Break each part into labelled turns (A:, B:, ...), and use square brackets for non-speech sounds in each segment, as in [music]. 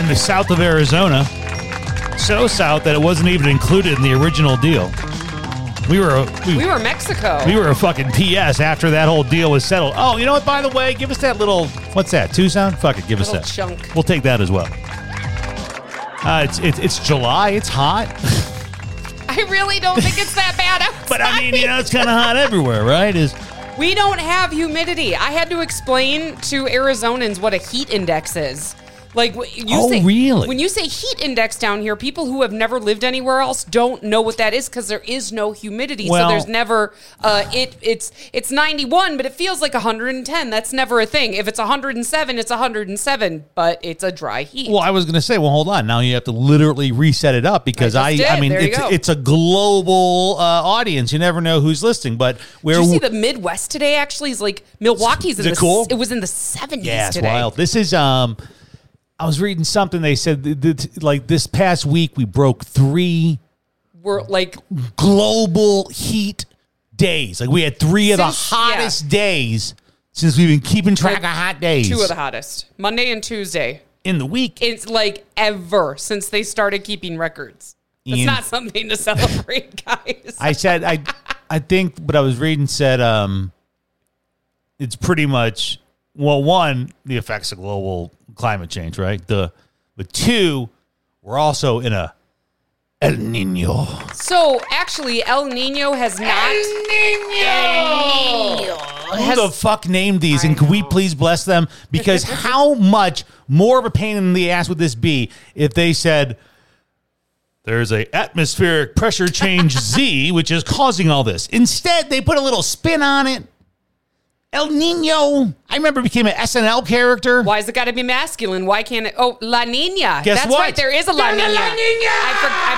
A: in the south of Arizona, so south that it wasn't even included in the original deal. We were a, we,
B: We were Mexico.
A: we were a fucking PS after that whole deal was settled. Oh, you know what? By the way, give us that little what's that two sound? Fuck it, give us that
B: Little chunk.
A: We'll take that as well. Uh, it's, it's it's July. It's hot, [laughs]
B: I really don't think it's that bad outside.
A: but I mean you know it's kind of hot everywhere, right? Is
B: we don't have humidity. I had to explain to Arizonans what a heat index is. Like wh- you
A: Oh,
B: say,
A: really?
B: when you say heat index down here, people who have never lived anywhere else don't know what that is because there is no humidity.
A: Well-
B: so there's never uh, it. It's it's 91, but it feels like 110. That's never a thing. If it's 107, it's 107, but it's a dry heat.
A: Well, I was going to say, well, hold on. Now you have to literally reset it up because I,
B: I
A: I,
B: just did.
A: mean,
B: There you
A: it's,
B: go.
A: it's a global uh, audience. You never know who's listening, but where
B: Did you see the Midwest today? Actually, is like Milwaukee's in
A: Is it
B: the
A: cool?
B: it was in the
A: [laughs]
B: 70s
A: yeah, it's
B: today.
A: wild. This is um, I was reading something. They said th- th- like this past week we broke three
B: We're like
A: global heat days. Like we had three of the
B: Since-
A: hottest days since we've been keeping track of hot days
B: two of the hottest Monday and Tuesday.
A: in the week.
B: It's like ever since they started keeping records. It's
A: Ian.
B: not something to celebrate, [laughs] guys.
A: I said I I think what I was reading said um it's pretty much well one the effects of global climate change right the but two we're also in a El Nino
B: so actually, El Nino has not. El Nino has
A: who the fuck named these and could we please bless
B: [laughs]
A: them because how much more of a pain in the ass would this be if they said there's a atmospheric pressure
B: [laughs]
A: change z which is causing all this instead they put a little spin on it el nino i remember it became an snl character
B: Why has it got to be masculine? Why can't it? Oh, La Nina.
A: Guess
B: That's
A: what?
B: right. There is a La
A: There's
B: Nina.
A: a La Niña!
B: I,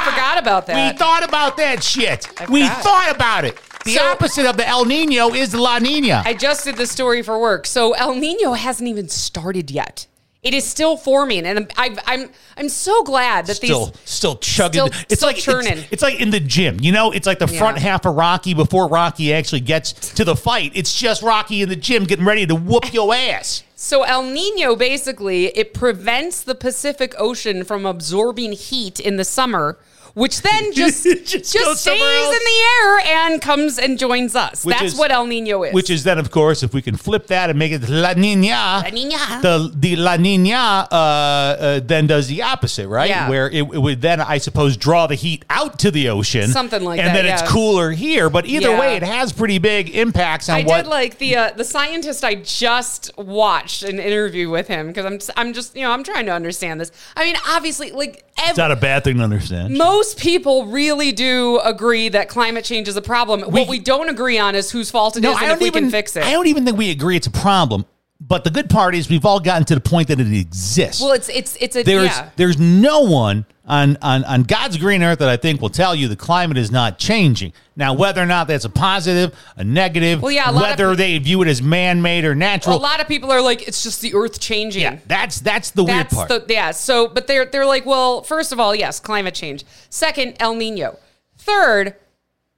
B: for- I forgot about
A: we
B: that.
A: thought about that shit we
B: forgot.
A: thought about it the
B: So-
A: opposite of the el nino is the la nina
B: I just did the story for work. So El Nino hasn't even started yet. It is still forming, and I'm I've, I'm I'm so glad that
A: still
B: these
A: still chugging.
B: still-
A: it's
B: still
A: like it's-
B: churning.
A: It's, like in the gym, you know. It's like the front
B: Yeah.
A: half of Rocky before Rocky actually gets to the fight. It's just Rocky in the gym getting ready to whoop your ass.
B: So El Nino basically it prevents the Pacific Ocean from absorbing heat in the summer, which
A: [laughs]
B: then just
A: It
B: just,
A: just goes
B: stays in
A: somewhere else.
B: the air and comes and joins us.
A: Which
B: That's
A: is-
B: what El Nino is.
A: Which is then, of course, if we can flip that and make it La Nina,
B: La Niña.
A: the the La Nina uh, uh, then does the opposite, right?
B: Yeah.
A: Where it, it would then, I suppose, draw the heat out to the ocean,
B: Something like
A: and
B: that,
A: then it's
B: yeah.
A: cooler here. But either
B: Yeah.
A: way, it has pretty big impacts on
B: I
A: what
B: did like the uh, the scientist I just watched an interview with him because I'm just, I'm just you know I'm trying to understand this. I mean, obviously, like
A: it's not
B: every,
A: a bad thing to understand.
B: most people really do agree that climate change is a problem. what we don't agree on is whose fault it is and if we
A: even,
B: can fix it.
A: I don't even think we agree it's a problem. But the good part is we've all gotten to the point that it exists.
B: well, it's it's it's a
A: there's
B: yeah.
A: there's no one on, on on God's green earth that I think will tell you the climate is not changing. Now, whether or not that's a positive, a negative,
B: Well, yeah, a lot of
A: whether
B: pe-
A: they view it as man made or
B: a
A: natural,
B: lot of people are like, it's just the Earth changing.
A: yeah, that's that's the
B: That's
A: weird part.
B: the yeah. So, but they're they're like, well, first of all, yes, climate change. Second, El Nino. Third,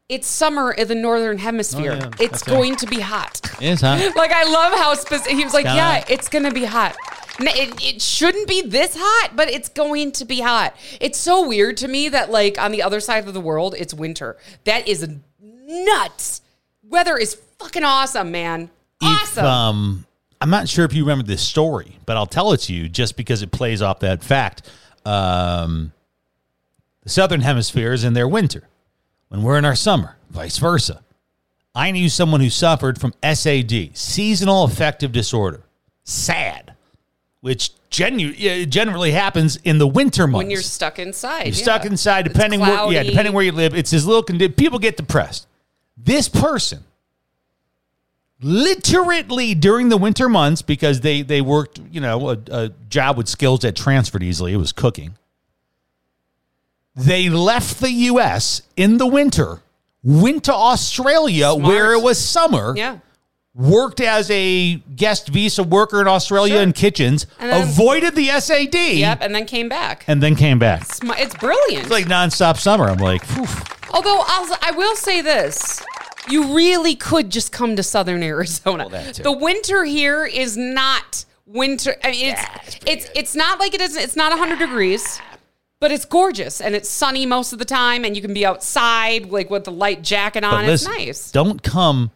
B: it's summer in the northern hemisphere.
A: Oh, yeah,
B: It's
A: that's right.
B: going to
A: [laughs]
B: be hot.
A: Yes,
B: [laughs]
A: huh?
B: like I love how specific he was like,
A: Sky.
B: yeah, it's gonna be hot. N- It, it shouldn't be this hot, but it's going to be hot. It's so weird to me that like on the other side of the world, it's winter. That is nuts. Weather is fucking awesome, man.
A: If,
B: Awesome.
A: um, I'm not sure if you remember this story, but I'll tell it to you just because it plays off that fact. Um, the Southern Hemisphere is in their winter when we're in our summer, vice versa. I knew someone who suffered from SAD, seasonal affective disorder, SAD, which genu- yeah, generally happens in the winter months.
B: when you're stuck inside.
A: You're
B: yeah.
A: stuck inside,
B: It's
A: depending where, yeah,
B: cloudy.
A: depending where you live. It's this little condi- people get depressed. This person, literally during the winter months, because they they worked, you know, a, a job with skills that transferred easily. It was cooking. They left the U.S. in the winter, went to Australia where it was summer,
B: Yeah.
A: worked as a guest visa worker in Australia
B: Sure.
A: in kitchens,
B: And then-
A: avoided the SAD,
B: Yep. And then came back.
A: and then came back.
B: It's, my, it's brilliant.
A: It's like nonstop summer. I'm like, phew.
B: Although I'll, I will say this. You really could just come to southern Arizona.
A: that too.
B: the winter here is not winter. I mean, it's it's it's, not like it is. It's not 100 degrees, but it's gorgeous and it's sunny most of the time, and you can be outside like with the light jacket
A: but
B: on.
A: listen,
B: it's nice.
A: don't come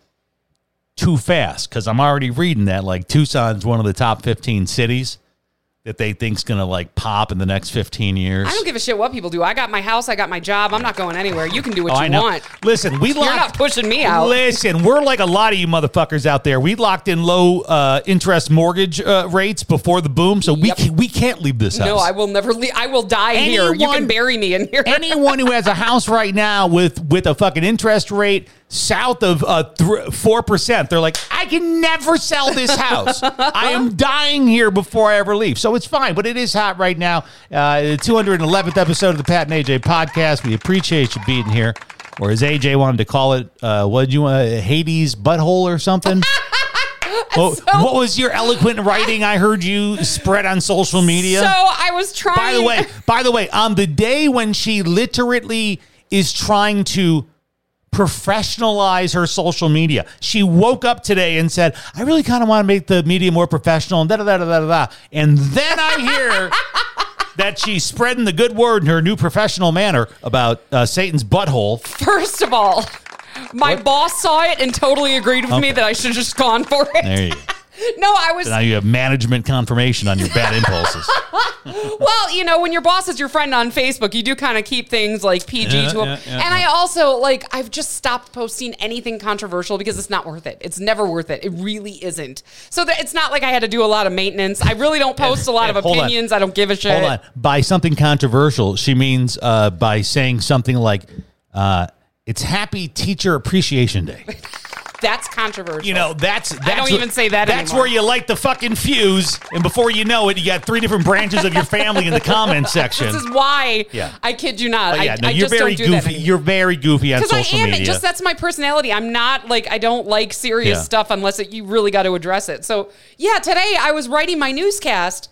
A: too fast because I'm already reading that like Tucson's one of the top 15 cities that they think's gonna like pop in the next 15 years.
B: I don't give a shit what people do. I got my house. I got my job. I'm not going anywhere. You can do what
A: Oh,
B: you
A: I know.
B: want.
A: Listen, we
B: You're
A: locked,
B: not pushing me out.
A: Listen, we're like a lot of you motherfuckers out there. We locked in low uh, interest mortgage uh, rates before the boom, so we
B: Yep.
A: can, we can't leave this house.
B: No, I will never leave. I will die here. You
A: Anyone-
B: can bury me in here. [laughs]
A: Anyone who has a house right now with with a fucking interest rate south of uh, four percent, they're like, I can never sell this house. I
B: Uh-huh.
A: am dying here before I ever leave. So it's fine, but it is hot right now. Uh, the two hundred eleventh episode of the Pat and AJ podcast. We appreciate you being here, or as AJ wanted to call it, uh, what would you want, Hades butthole or
B: [laughs]
A: something. What- what was your eloquent writing I heard you spread on social media?
B: So I was trying.
A: By the way, by the way, on the day when she literally is trying to professionalize her social media, she woke up today and said, "I really kind of want to make the media more professional." And da da da da da. And then I hear. That she's spreading the good word in her new professional manner about uh, Satan's butthole.
B: First of all, my boss saw it and totally agreed with me
A: Okay.
B: that I should have just gone for it.
A: There you go.
B: [laughs] No, I was.
A: Now you have management confirmation on your bad impulses.
B: well, you know, when your boss is your friend on Facebook, you do kind of keep things like PG
A: Yeah,
B: to him.
A: yeah, yeah,
B: and
A: yeah.
B: I also, like, I've just stopped posting anything controversial because it's not worth it. It's never worth it. It really isn't. So that it's not like I had to do a lot of maintenance. I really don't post a lot
A: and
B: of
A: hold on.
B: opinions. I don't give a shit.
A: Hold on. By something controversial, she means uh, by saying something like, uh, "It's Happy Teacher Appreciation Day."
B: That's controversial.
A: You know, that's, that's
B: don't even say that
A: That's
B: anymore.
A: where you light the fucking fuse, and before you know it, you got three different branches of your family in the comment section.
B: [laughs] This is why
A: Yeah.
B: I kid you not.
A: Oh, yeah,
B: I,
A: no,
B: I
A: you're
B: just
A: very
B: don't do that
A: goofy.
B: anymore.
A: You're very goofy on
B: Because
A: social
B: I am.
A: media.
B: It just that's my personality. I'm not like I don't like serious
A: Yeah.
B: stuff unless it, you really got to address it. So yeah, today I was writing my newscast.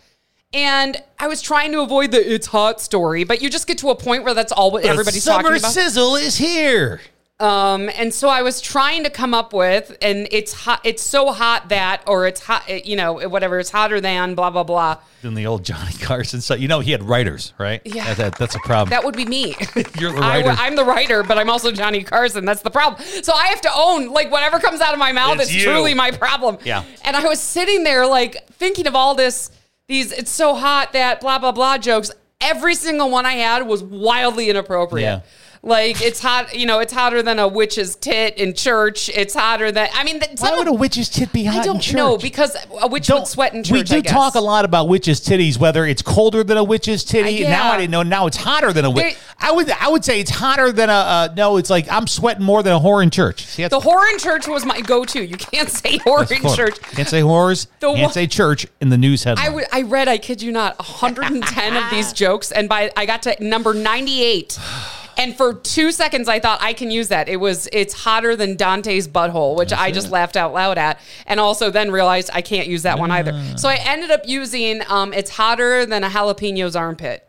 B: And I was trying to avoid the it's hot story, but you just get to a point where that's all what
A: The
B: everybody's
A: summer
B: talking about.
A: sizzle is here.
B: Um, and so I was trying to come up with, and it's hot, it's so hot that, or it's hot, you know, whatever, it's hotter than, blah blah blah.
A: Than the old Johnny Carson. So you know he had writers, right?
B: Yeah.
A: That- that- that's a problem.
B: That would be me.
A: [laughs] You're the
B: I,
A: writer.
B: am the writer, but I'm also Johnny Carson. That's the problem. So I have to own like whatever comes out of my mouth
A: It's
B: is
A: you.
B: truly my problem.
A: Yeah.
B: And I was sitting there like thinking of all this. These it's so hot that blah blah blah jokes. Every single one I had was wildly inappropriate.
A: Yeah.
B: Like it's hot, you know, it's hotter than a witch's tit in church. It's hotter than I mean, that,
A: Why
B: some
A: would a witch's tit be hot
B: I
A: in
B: don't
A: church?
B: know because a witch would sweat in church.
A: We do
B: I guess.
A: talk a lot about witches' titties, whether it's colder than a witch's titty.
B: Uh, yeah.
A: Now I didn't know. Now it's hotter than a
B: There-
A: witch. I would I would say it's hotter than a uh, no. It's like I'm sweating more than a whore in church. See, that's
B: The [laughs] whore in church was my go-to. You can't [laughs] say whore
A: that's
B: in
A: Florida.
B: church.
A: Can't say whores.
B: The
A: can't
B: one-
A: say church in the news headline.
B: I, w- I read, I kid you not, 110
A: [laughs]
B: of these jokes, and by I got to
A: [sighs]
B: number 98. And for two seconds, I thought I can use that. It was it's hotter than Dante's butthole, which I just laughed out loud at, and also then realized I can't use that one either. So I ended up using um, it's hotter than a jalapeno's armpit.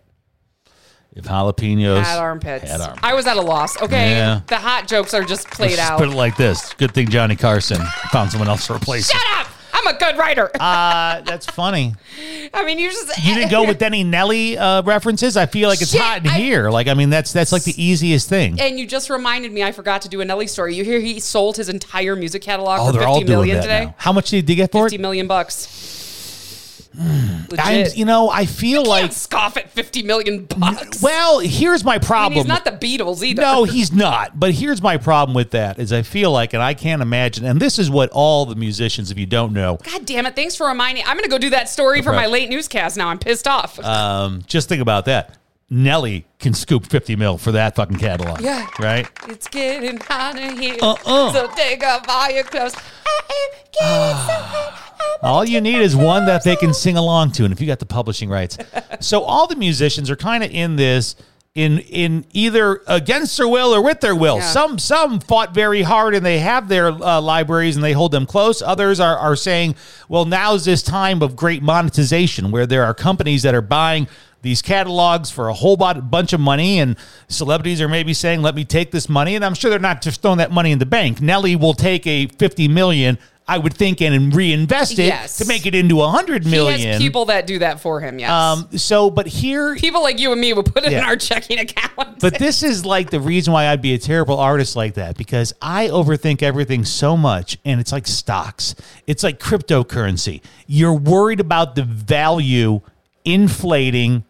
A: if jalapenos
B: Had armpits.
A: had armpits.
B: I was at a loss. Okay,
A: Yeah.
B: the hot jokes are just played
A: Let's just
B: out.
A: put it like this. Good thing Johnny Carson found someone else to replace. him.
B: Shut up! I'm a good writer.
A: Uh, that's funny.
B: [laughs] I mean, you just
A: You didn't go with any Nelly uh, references. I feel like it's
B: Shit,
A: hot in
B: I-
A: here. Like I mean, that's that's like the easiest thing.
B: And you just reminded me I forgot to do a Nelly story. You hear he sold his entire music catalog
A: Oh,
B: for
A: they're all
B: fifty
A: doing
B: million
A: that
B: today.
A: now. How much did you get for
B: Fifty
A: it?
B: million bucks. Legit.
A: I'm, you know, I feel like.
B: Can't scoff at fifty million bucks.
A: Well, here's my
B: I mean,
A: problem.
B: he's not the Beatles either.
A: no, he's not. But here's my problem with that is I feel like, and I can't imagine. And this is what all the musicians, if you don't know,
B: God damn it! Thanks for reminding. I'm gonna go do that story for my
A: problem.
B: late newscast now. I'm pissed off.
A: um, just think about that. Nelly can scoop fifty mil for that fucking catalog.
B: Yeah.
A: Right.
B: it's getting hotter here,
A: Uh-uh.
B: so take off all your clothes. I am getting so hot. I'm
A: Ah. All you need is one that they can sing along to, and if you got the publishing rights. So all the musicians are kind of in this. in in either against their will or with their will.
B: Yeah.
A: Some some fought very hard and they have their uh, libraries and they hold them close. Others are are saying, well, now's this time of great monetization where there are companies that are buying these catalogs for a whole bot- bunch of money and celebrities are maybe saying let me take this money and i'm sure they're not just throwing that money in the bank nelly will take a 50 million i would think and reinvest it
B: Yes.
A: to make it into a 100 million
B: He has people that do that for him. Yes.
A: um, so, but here,
B: people like you and me would put it in
A: Yeah.
B: our checking account.
A: but this is like the reason why I'd be a terrible artist like that because I overthink everything so much. And it's like stocks, it's like cryptocurrency. You're worried about the value inflating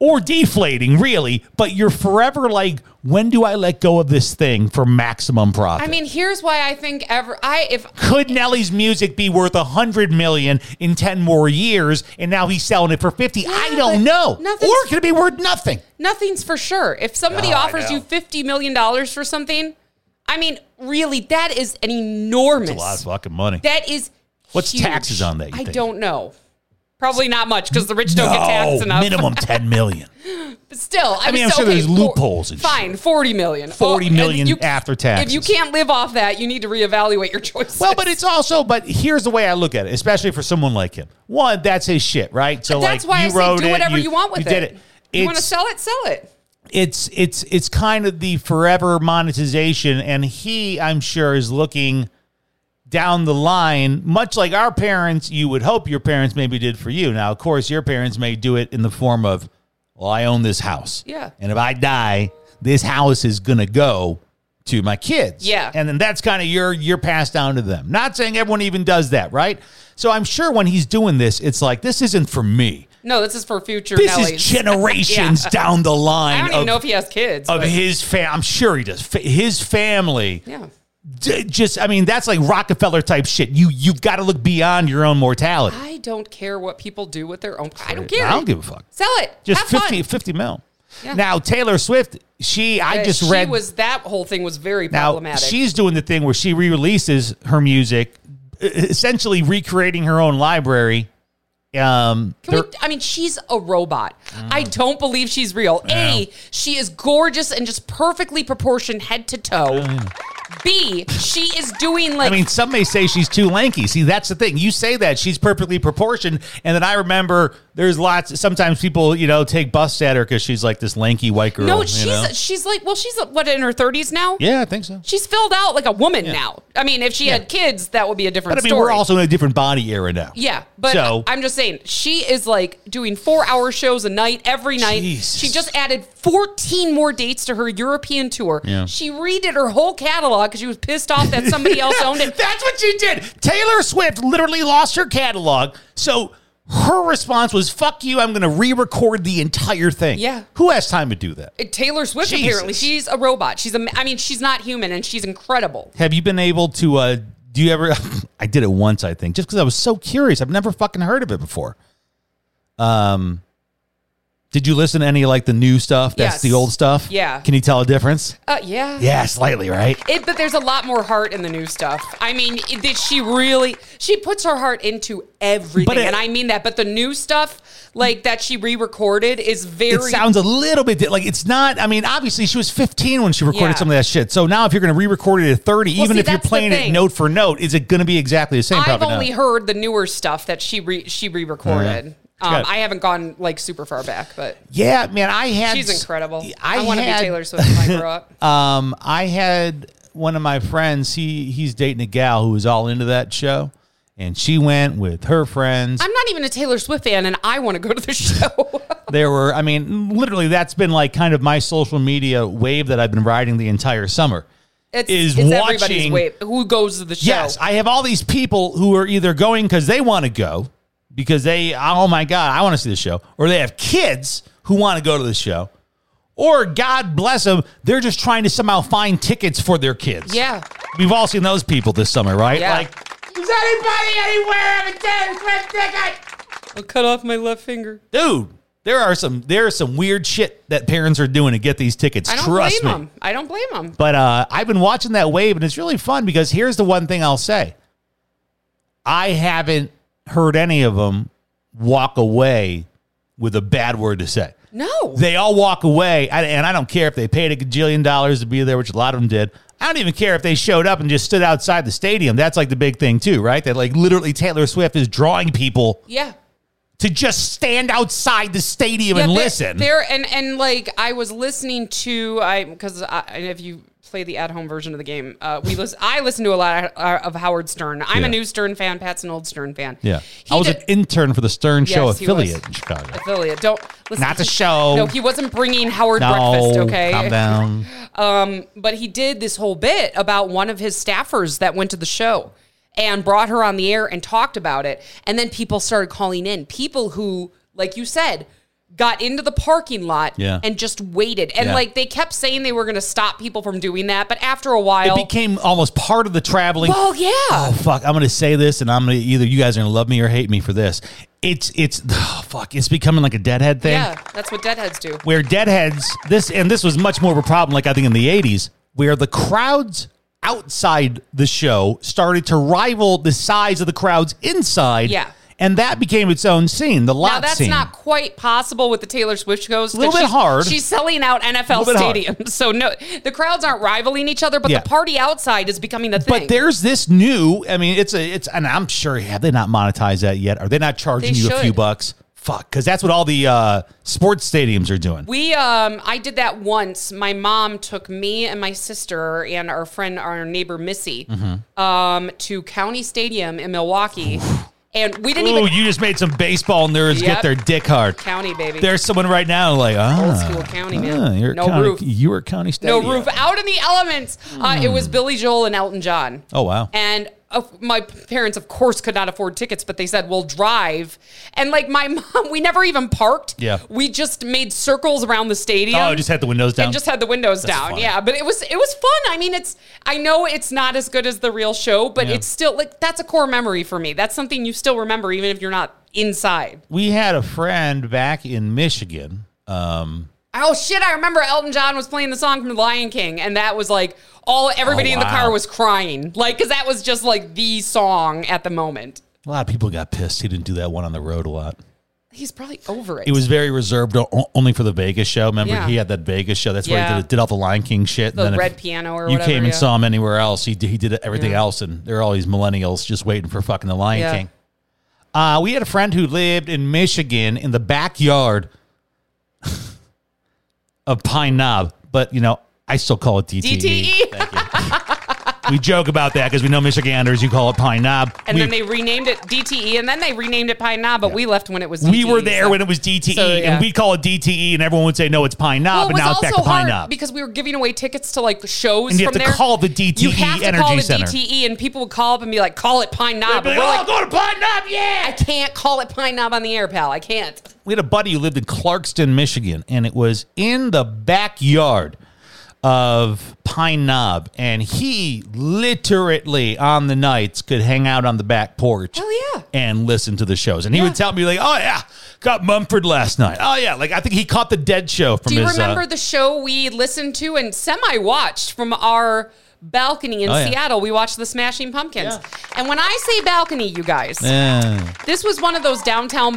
A: or deflating, really, but you're forever like, when do I let go of this thing for maximum profit?
B: I mean, here's why I think ever I if
A: could Nelly's music be worth a hundred million in ten more years, and now he's selling it for fifty? I don't
B: but
A: know.
B: nothing's-
A: Or could it be worth nothing?
B: nothing's for sure. If somebody offers you fifty million dollars for something, I mean, really, that is an enormous.
A: fucking money.
B: that is.
A: What's
B: huge.
A: taxes on that, you
B: I
A: think?
B: don't know. Probably not much because the rich don't get taxed enough. [laughs]
A: minimum ten million.
B: But still, I,
A: mean,
B: would
A: I'm
B: say,
A: sure there's
B: okay,
A: loopholes and shit.
B: fine, forty million.
A: 40
B: and
A: million after taxes.
B: If you can't live off that, you need to reevaluate your [laughs] choices.
A: Well, but it's also, but here's the way I look at it, especially for someone like him. One, that's his shit, right? So
B: that's
A: like,
B: why
A: you
B: I say
A: wrote
B: do
A: it,
B: whatever you, want with
A: you Did it.
B: You want to
A: It's-
B: sell it, sell it.
A: it's it's it's kind of the forever monetization and he i'm sure is looking down the line much like our parents you would hope your parents maybe did for you now of course your parents may do it in the form of well i own this house
B: Yeah.
A: and if i die this house is gonna go to my kids
B: Yeah.
A: and then that's kind of your your pass down to them not saying everyone even does that right so i'm sure when he's doing this it's like this isn't for me
B: No, this is for future.
A: this
B: Nellies. [laughs]
A: is generations
B: Yeah.
A: down the line
B: I don't even
A: of-
B: know if he has kids.
A: of
B: but-
A: his fam. I'm sure he does. Fa- his family.
B: yeah.
A: D- just, I mean, that's like Rockefeller type shit. You you've got to look beyond your own mortality.
B: I don't care what people do with their own. I don't care.
A: I don't give a fuck.
B: Sell it.
A: Just
B: Have
A: 50,
B: Fun.
A: 50 mil.
B: Yeah.
A: Now Taylor Swift, she I
B: Uh,
A: just
B: she
A: read
B: was that whole thing was very
A: now
B: problematic.
A: she's doing the thing where she re-releases her music, e- essentially recreating her own library. Um,
B: Can we,
A: there- Mm.
B: I mean, she's a robot. I don't believe she's real. A, she is gorgeous and just perfectly proportioned head to toe. B, she is doing like
A: I mean, some may say she's too lanky. See, that's the thing. You say that she's perfectly proportioned, and then I remember there's lots. Sometimes people, you know, take busts at her because she's like this lanky white girl.
B: no,
A: you
B: she's
A: know?
B: she's like well, she's what in her thirties now.
A: yeah, I think so.
B: she's filled out like a woman now. I mean, if she had kids, that would be a different.
A: But I mean,
B: story.
A: we're also in a different body era now.
B: Yeah, but
A: So-
B: I- I'm just saying she is like doing four hour shows a night every night.
A: Jesus.
B: She just added 14 more dates to her European tour.
A: Yeah.
B: She redid her whole catalog because she was pissed off that somebody else owned it.
A: [laughs] That's what she did. Taylor Swift literally lost her catalog. So her response was, fuck you, I'm going to re record the entire thing.
B: Yeah.
A: Who has time to do that?
B: Uh, Taylor Swift
A: Jesus.
B: apparently she's a robot. She's a I mean she's not human and she's incredible.
A: Have you been able to? Uh, do you ever? [laughs] I did it once, I think, just because I was so curious. I've never fucking heard of it before. Um, did you listen to any like the new stuff? That's
B: Yes.
A: the old stuff.
B: Yeah.
A: Can you tell a difference?
B: Uh, yeah.
A: Yeah, slightly, right?
B: It, but there's a lot more heart in the new stuff. I mean, it- that she really she puts her heart into everything,
A: But it-
B: and I mean that. But the new stuff, like that she re-recorded, is very
A: It sounds a little bit di- like it's not. I mean, obviously, she was 15 when she recorded
B: Yeah.
A: some of that shit. So now, if you're going to re-record it at 30,
B: Well,
A: even
B: see,
A: if you're
B: that's the
A: playing it
B: thing.
A: note for note, is it going to be exactly the same?
B: I've
A: Probably
B: only
A: not.
B: heard the newer stuff that she re- she re-recorded.
A: All right.
B: Um, I haven't gone like super far back, but
A: Yeah, man, I had.
B: she's incredible.
A: I,
B: I, want to be
A: had-
B: Taylor Swift when I grow up.
A: Um, I had one of my friends. He he's dating a gal who was all into that show, and she went with her friends.
B: [laughs] I'm not even a Taylor Swift fan, and I want to go to the show.
A: there were, I mean, literally, that's been like kind of my social media wave that I've been riding the entire summer.
B: [laughs] it's
A: Is
B: it's
A: watching-
B: everybody's way who goes to the show.
A: Yes, I have all these people who are either going because they want to go, because they, oh my God, I want to see the show, or they have kids who want to go to the show, or God bless them, they're just trying to somehow find tickets for their kids.
B: yeah,
A: We've all seen those people this summer, right?
B: Yeah.
A: Like,
B: I'll cut off my left finger.
A: dude, there are some there are some weird shit that parents are doing to get these tickets.
B: I don't
A: Trust
B: blame
A: me.
B: them. I don't blame them.
A: But uh, I've been watching that wave, and it's really fun because here's the one thing I'll say: I haven't heard any of them walk away with a bad word to say.
B: No.
A: They all walk away, and and I don't care if they paid a gajillion dollars to be there, which a lot of them did. I don't even care if they showed up and just stood outside the stadium. That's like the big thing too, right? That like literally Taylor Swift is drawing people
B: yeah.
A: to just stand outside the stadium and
B: there-
A: listen.
B: there and and like I was listening to I because I, and if you play the at home version of the game, uh, we listen. I listen to a lot of, of Howard Stern. I'm
A: Yeah.
B: a new Stern fan. Pat's an old Stern fan.
A: yeah,
B: He
A: I was
B: did-
A: an intern for the Stern Show
B: Yes, he was.
A: affiliate in Chicago.
B: affiliate. Don't listen.
A: Not the
B: he-
A: show.
B: No, he wasn't bringing Howard
A: No,
B: breakfast. Okay,
A: calm
B: [laughs]
A: down.
B: Um, but he did this whole bit about one of his staffers that went to the show and brought her on the air and talked about it, and then people started calling in. People who, like you said. Got into the parking lot
A: Yeah.
B: and just waited. And
A: Yeah.
B: like they kept saying they were going to stop people from doing that. But after a while,
A: It became almost part of the traveling.
B: well, yeah.
A: Oh fuck! I'm gonna say this, and I'm gonna either you guys are gonna love me or hate me for this. It's it's [sighs] oh, fuck. It's becoming like a deadhead thing.
B: yeah, that's what deadheads do.
A: where deadheads this and this was much more of a problem like i think in the 80s where the crowds outside the show started to rival the size of the crowds inside
B: Yeah.
A: and that became its own scene the lot
B: Now that's
A: scene
B: not quite possible with the Taylor Swift shows.
A: Little bit hard.
B: She's selling out NFL
A: Little bit hard.
B: stadiums, so no, the crowds aren't rivaling each other, but
A: Yeah.
B: the party outside is becoming the thing.
A: but there's this new i mean it's a it's and i'm sure have they not monetized that yet are they not charging
B: They
A: you a few
B: should.
A: bucks fuck because that's what all the uh sports stadiums are doing
B: we, um, I did that once. My mom took me and my sister and our friend, our neighbor Missy,
A: Mm-hmm.
B: um, to County Stadium in Milwaukee, and we didn't
A: Ooh,
B: even
A: you just made some baseball nerds get
B: Yep.
A: their dick hard.
B: [laughs] county baby.
A: There's someone right now like, ah,
B: Old school county, man.
A: ah, you're at
B: No
A: county,
B: roof.
A: You were at county
B: no
A: stadium.
B: roof, out in the elements. Uh, it was Billy Joel and Elton John.
A: Mm. Oh wow.
B: And uh, my parents, of course, could not afford tickets, but they said, we'll drive. And like my [laughs] mom, we never even parked.
A: Yeah.
B: We just made circles around the stadium.
A: Oh, just had the windows down.
B: And just had the windows
A: That's
B: down.
A: fun.
B: Yeah. But it was it was fun. I mean, it's I know it's not as good as the real show, but
A: Yeah.
B: it's still like that's a core memory for me. That's something you still remember even if you're not inside.
A: we had a friend back in Michigan. Um,
B: Oh shit, I remember Elton John was playing the song from Lion King and that was like all everybody
A: Oh,
B: in the
A: wow.
B: car was crying. Like cuz that was just like the song at the moment.
A: a lot of people got pissed. He didn't do that one on the road a lot.
B: He's probably over it.
A: It was very reserved o- only for the Vegas show. Remember,
B: Yeah.
A: he had that Vegas show. That's where
B: Yeah.
A: he did, did all the Lion King shit.
B: The
A: and if
B: red piano or
A: you
B: whatever,
A: came and
B: yeah.
A: saw him anywhere else. He did, he did everything else, and there are all these millennials just waiting for fucking the Lion
B: Yeah.
A: King. Uh, we had a friend who lived in Michigan in the backyard [laughs] of Pine Knob, but you know I still call it E. DTE.
B: DTE.
A: Thank you. we joke about that because we know Michiganders. You call it Pine Knob.
B: And
A: we,
B: then they renamed it DTE, and then they renamed it Pine Knob, but we left when it was. DTE,
A: we were there
B: E, so-
A: when it was DTE,
B: So, yeah.
A: and we'd call it DTE, and everyone would say no, it's Pine Knob,
B: Well, it
A: and
B: was
A: now it's
B: also
A: back to Pine
B: hard
A: Knob.
B: because we were giving away tickets to like shows
A: And you have
B: from
A: to
B: there.
A: call the DTE
B: You have to
A: Energy
B: call the
A: Center.
B: DTE, and people would call up and be like, "Call it Pine Knob."
A: They'd
B: And
A: be
B: we're
A: like,
B: like,
A: "Oh, go to Pine Knob, yeah!"
B: "I can't call it Pine Knob on the air, pal. I can't."
A: we had a buddy who lived in Clarkston, Michigan, and it was in the backyard of Pine Knob, and he literally on the nights could hang out on the back porch,
B: Hell Oh, yeah.
A: and listen to the shows. And he would tell me like, "Oh yeah, got Mumford last night. Oh yeah, like I think he caught the Dead show from
B: Do you
A: his." uh,
B: remember the show we listened to and semi-watched from our balcony in
A: Oh, yeah.
B: Seattle? We watched the Smashing Pumpkins, and when I say balcony, you guys, [laughs]
A: Yeah.
B: This was one of those downtown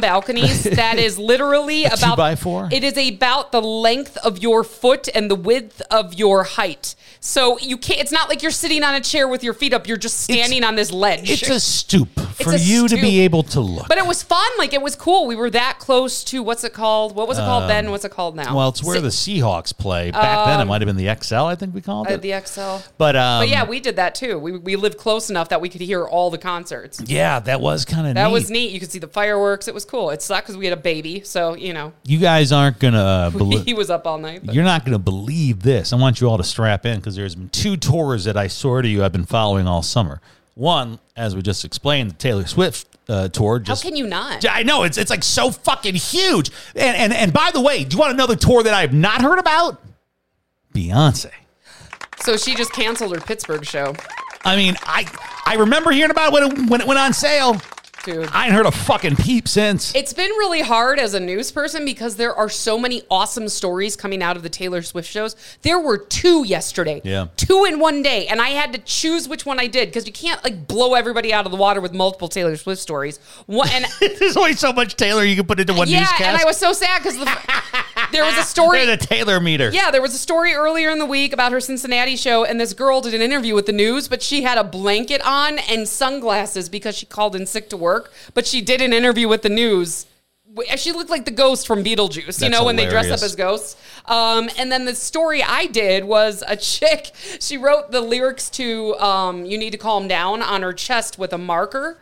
A: [laughs]
B: balconies that is literally
A: two
B: about
A: by four?
B: It is about the length of your foot and the width of your height. So you can't. It's not like you're sitting on a chair with your feet up. You're just standing on this ledge.
A: It's a stoop for
B: a
A: you to be
B: stoop.
A: able to look.
B: but it was fun. Like it was cool. We were that close to what's it called? What was it called then? What's it called now?
A: Um, well, it's where the Seahawks play. Back then, it might have been the XL. I think we called
B: Um, Uh,
A: it
B: the XL.
A: But um,
B: But yeah, we did that too. We we lived close enough that we could hear all the concerts.
A: yeah, that was kind of
B: That was neat. You could see the fireworks. It was cool. It's not because we had a baby, so you know
A: You guys aren't
B: [laughs]
A: gonna believe.
B: he was up all night. but-
A: You're not going to believe this. I want you all to strap in because there's been two tours that I swear to you I've been following all summer. One, as we just explained, the Taylor Swift uh, tour.
B: How
A: Just
B: can you not?
A: I know it's it's like so fucking huge. And and and by the way, do you want another tour that I've not heard about? Beyonce.
B: So she just canceled her Pittsburgh show.
A: I mean, I I remember hearing about it when it when it went on sale.
B: Dude.
A: I ain't heard a fucking peep since.
B: It's been really hard as a news person because there are so many awesome stories coming out of the Taylor Swift shows. There were two yesterday.
A: Yeah.
B: Two in one day. And I had to choose which one I did because you can't like blow everybody out of the water with multiple Taylor Swift stories. One, [laughs] and
A: [laughs] There's only so much Taylor you can put into one
B: yeah,
A: newscast.
B: and I was so sad because the, [laughs] there was a story.
A: They're the Taylor meter.
B: Yeah, there was a story earlier in the week about her Cincinnati show, and this girl did an interview with the news, but she had a blanket on and sunglasses because she called in sick to work. But she did an interview with the news. W- She looked like the ghost from Beetlejuice, you
A: That's
B: know, when they dress up
A: hilarious.
B: as ghosts. Um, and then the story I did was a [laughs] chick, she wrote the lyrics to um, You Need to Calm Down on her chest with a marker.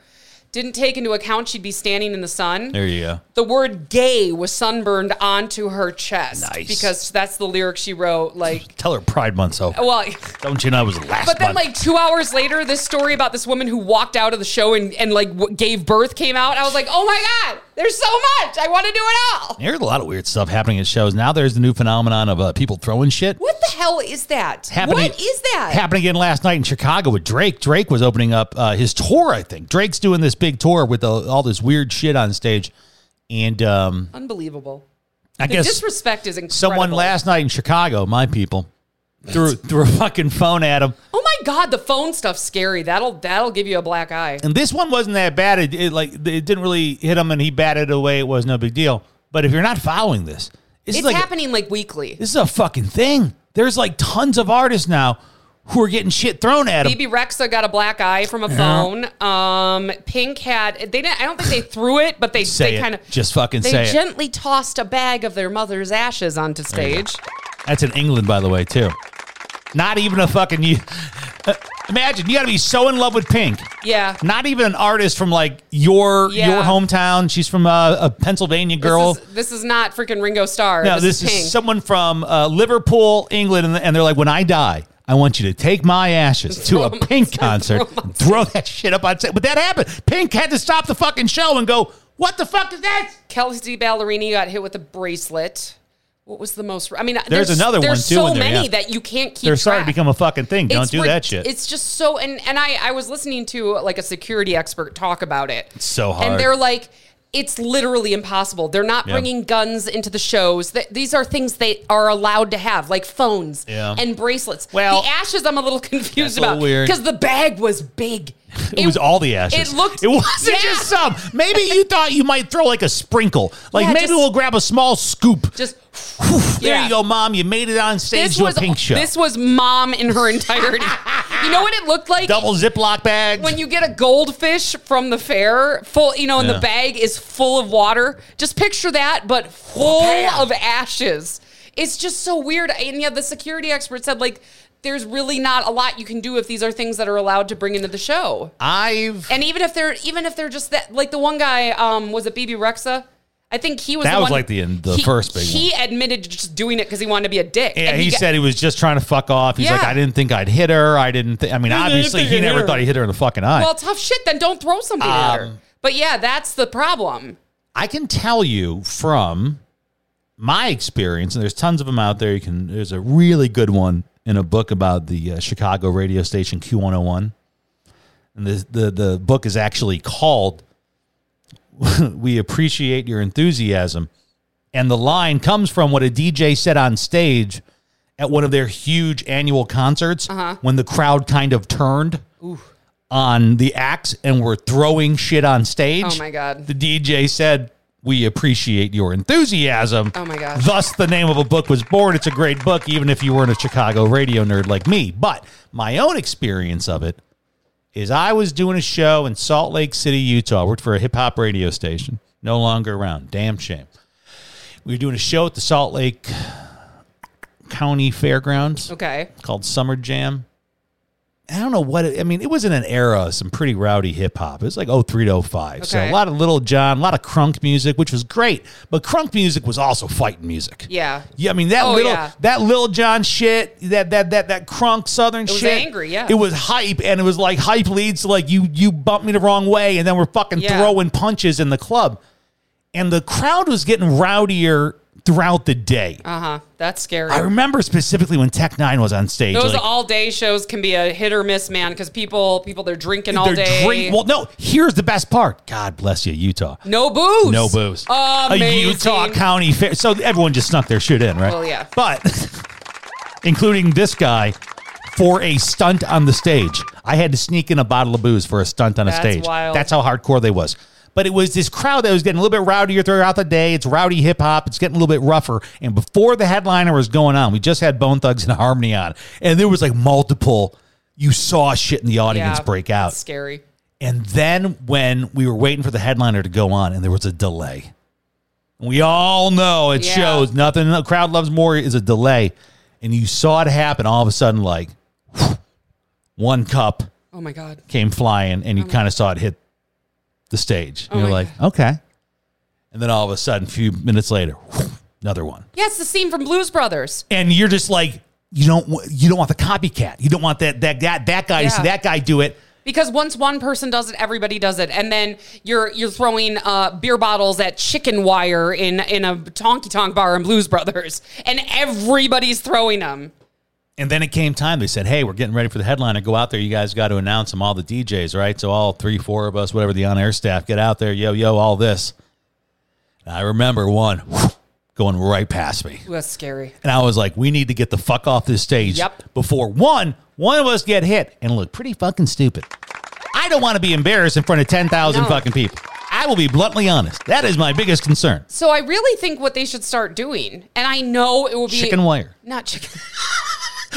B: Didn't take into account she'd be standing in the sun
A: There you go.
B: the word gay was sunburned onto her chest
A: Nice.
B: because that's the lyric she wrote like
A: Tell her Pride Month's over.
B: well [laughs]
A: Don't you know it was last
B: but then
A: month?
B: like two hours later this story about this woman who walked out of the show and, and like w- gave birth came out i was like oh my god there's so much i want to do it all
A: There's a lot of weird stuff happening at shows. Now there's the new phenomenon of uh, people throwing shit.
B: what the hell is that
A: Happening,
B: what is that
A: Happened again last night in Chicago with Drake. Drake was opening up uh, his tour, I think. Drake's doing this big tour with uh, all this weird shit on stage. And um,
B: unbelievable
A: I
B: the
A: guess
B: disrespect is incredible
A: someone last night in Chicago, my people, threw, threw a fucking phone at him.
B: oh my god the phone stuff's scary that'll that'll give you a black eye
A: And this one wasn't that bad. It, it like it didn't really hit him, and he batted it away. It was no big deal. But if you're not following this, this
B: it's
A: is like
B: happening like weekly
A: this is a fucking thing. There's like tons of artists now who are getting shit thrown at them.
B: BB Rexa got a black eye from a
A: Uh-huh.
B: phone. Um, Pink had they didn't. I don't think they threw it, but they
A: Say
B: they
A: it.
B: kind of
A: Just fucking
B: they
A: say it.
B: gently tossed a bag of their mother's ashes onto stage.
A: That's in England, by the way, too. Not even a fucking. You, uh, imagine you got to be so in love with Pink.
B: Yeah,
A: Not even an artist from like your
B: Yeah.
A: your hometown. She's from uh, a Pennsylvania girl.
B: This is, this is not freaking Ringo Starr.
A: No,
B: this, is, Pink.
A: someone from uh, Liverpool, England, and, and they're like, when I die, I want you to take my ashes to
B: [laughs] Throw
A: a
B: them
A: Pink
B: outside,
A: concert,
B: throw them
A: and throw that shit up on stage. But that happened. Pink had to stop the fucking show and go, what the fuck is that?
B: Kelsey Ballerini got hit with a bracelet. What was the most? I mean,
A: There's another one,
B: There's
A: too,
B: so
A: in there,
B: many
A: yeah.
B: that you can't keep.
A: They're starting
B: track.
A: to become a fucking thing. Don't
B: It's
A: do
B: rid-
A: that shit.
B: It's just so and and I I was listening to like a security expert talk about it. It's
A: so hard.
B: And they're like it's literally impossible. They're not
A: Yeah.
B: bringing guns into the shows. Th- these are things they are allowed to have, like phones
A: Yeah.
B: and bracelets.
A: Well-
B: the ashes, I'm a little
A: That's
B: confused
A: a
B: about
A: little weird.
B: because the bag was big.
A: [laughs] it, was all the ashes.
B: It looked.
A: It wasn't
B: yeah.
A: just some. Maybe
B: [laughs]
A: you thought you might throw like a sprinkle. Like
B: Yeah,
A: maybe
B: just-
A: we'll grab a small scoop.
B: Just
A: there
B: yeah.
A: you go, mom. You made it on stage
B: This
A: to
B: was
A: a Pink show.
B: this was mom in
A: [laughs]
B: her entirety. you know what it looked like?
A: Double Ziploc bags.
B: when you get a goldfish from the fair, full, you know, and
A: Yeah.
B: the bag is full of water. Just picture that, but full of ashes. It's just so weird. And yeah, the security expert said like, there's really not a lot you can do if these are things that are allowed to bring into the show.
A: I've
B: And even if they're, even if they're just that, like the one guy, um, was it BB Rexa? I think he was.
A: That
B: the
A: was
B: one-
A: like the- the
B: he-
A: first big
B: He admitted to just doing it because he wanted to be a dick.
A: Yeah,
B: And
A: he,
B: got-
A: said he was just trying to fuck off. He's like,
B: Yeah.
A: I didn't think I'd hit her. I didn't. Th- I mean,
B: didn't
A: obviously,
B: think
A: he
B: I'd
A: never
B: hit
A: thought
B: her.
A: he hit her in the fucking eye.
B: "Well, tough shit. Then don't throw somebody at her."
A: Um,
B: But yeah, that's the problem.
A: I can tell you from my experience, and there's tons of them out there. You can. There's a really good one in a book about the uh, Chicago radio station Q101, and the the the book is actually called [laughs] "We Appreciate Your Enthusiasm," and the line comes from what a DJ said on stage at one of their huge annual concerts
B: Uh-huh.
A: when the crowd kind of turned. On the acts, and were throwing shit on stage.
B: Oh my God.
A: The DJ said, "We appreciate your enthusiasm."
B: Oh my gosh.
A: Thus, the name of a book was born. It's a great book, even if you weren't a Chicago radio nerd like me. But my own experience of it is, I was doing a show in Salt Lake City, Utah. I worked for a hip hop radio station, no longer around. Damn shame. We were doing a show at the Salt Lake County Fairgrounds
B: Okay.
A: called Summer Jam. I don't know what it, I mean. It was in an era of some pretty rowdy hip hop. It was like 03 to 05. So a
B: Okay.
A: lot of Little John, a lot of crunk music, which was great. But crunk music was also fighting music.
B: Yeah.
A: Yeah, I mean that
B: Oh,
A: little
B: yeah.
A: that Lil John shit, that that that that crunk southern
B: was
A: shit.
B: angry, yeah.
A: It was hype and it was like hype leads to like you you bumped me the wrong way and then we're fucking
B: Yeah.
A: throwing punches in the club. And the crowd was getting rowdier throughout the day.
B: Uh huh. That's scary.
A: I remember specifically when Tech Nine was on stage.
B: Those
A: like,
B: all day shows can be a hit or miss, man, because people people they're drinking all
A: they're
B: day.
A: drink- well, no. Here's the best part. God bless you, Utah.
B: no booze.
A: No booze. A
B: Amazing.
A: Utah County fair. So everyone just snuck their shit in, right?
B: Well, yeah.
A: But [laughs] including this guy for a stunt on the stage. I had to sneak in a bottle of booze for a stunt on a
B: That's
A: stage.
B: wild.
A: That's how hardcore they was. But it was this crowd that was getting a little bit rowdier throughout the day. It's rowdy hip hop. It's getting a little bit rougher. And before the headliner was going on, we just had Bone Thugs and Harmony on. And there was like multiple, you saw shit in the audience
B: Yeah,
A: break out.
B: that's scary.
A: And then when we were waiting for the headliner to go on and there was a delay. We all know it
B: Yeah.
A: shows nothing the crowd loves more is a delay. And you saw it happen all of a sudden, like one cup
B: Oh my god.
A: came flying and you kind of saw it hit the stage. And you're
B: Oh my
A: like, okay. And then all of a sudden, a few minutes later, another one.
B: Yeah, it's the scene from Blues Brothers.
A: And you're just like, you don't wa- you don't want the copycat. You don't want that that that, that guy to see
B: Yeah.
A: that guy do it.
B: Because once one person does it, everybody does it, and then you're you're throwing uh, beer bottles at chicken wire in in a honky tonk bar in Blues Brothers, and everybody's throwing them.
A: And then it came time. They said, "Hey, we're getting ready for the headliner. Go out there. You guys got to announce them. All the DJs, right? So all three, four of us, whatever the on-air staff, get out there. Yo, yo, all this." And I remember one [laughs] going right past me,
B: Ooh, that's scary.
A: and I was like, "We need to get the fuck off this stage
B: Yep.
A: before one one of us get hit and look pretty fucking stupid." I don't want to be embarrassed in front of ten thousand
B: No.
A: fucking people. I will be bluntly honest. That is my biggest concern.
B: So I really think what they should start doing, and I know it will be
A: Chicken wire.
B: not chicken.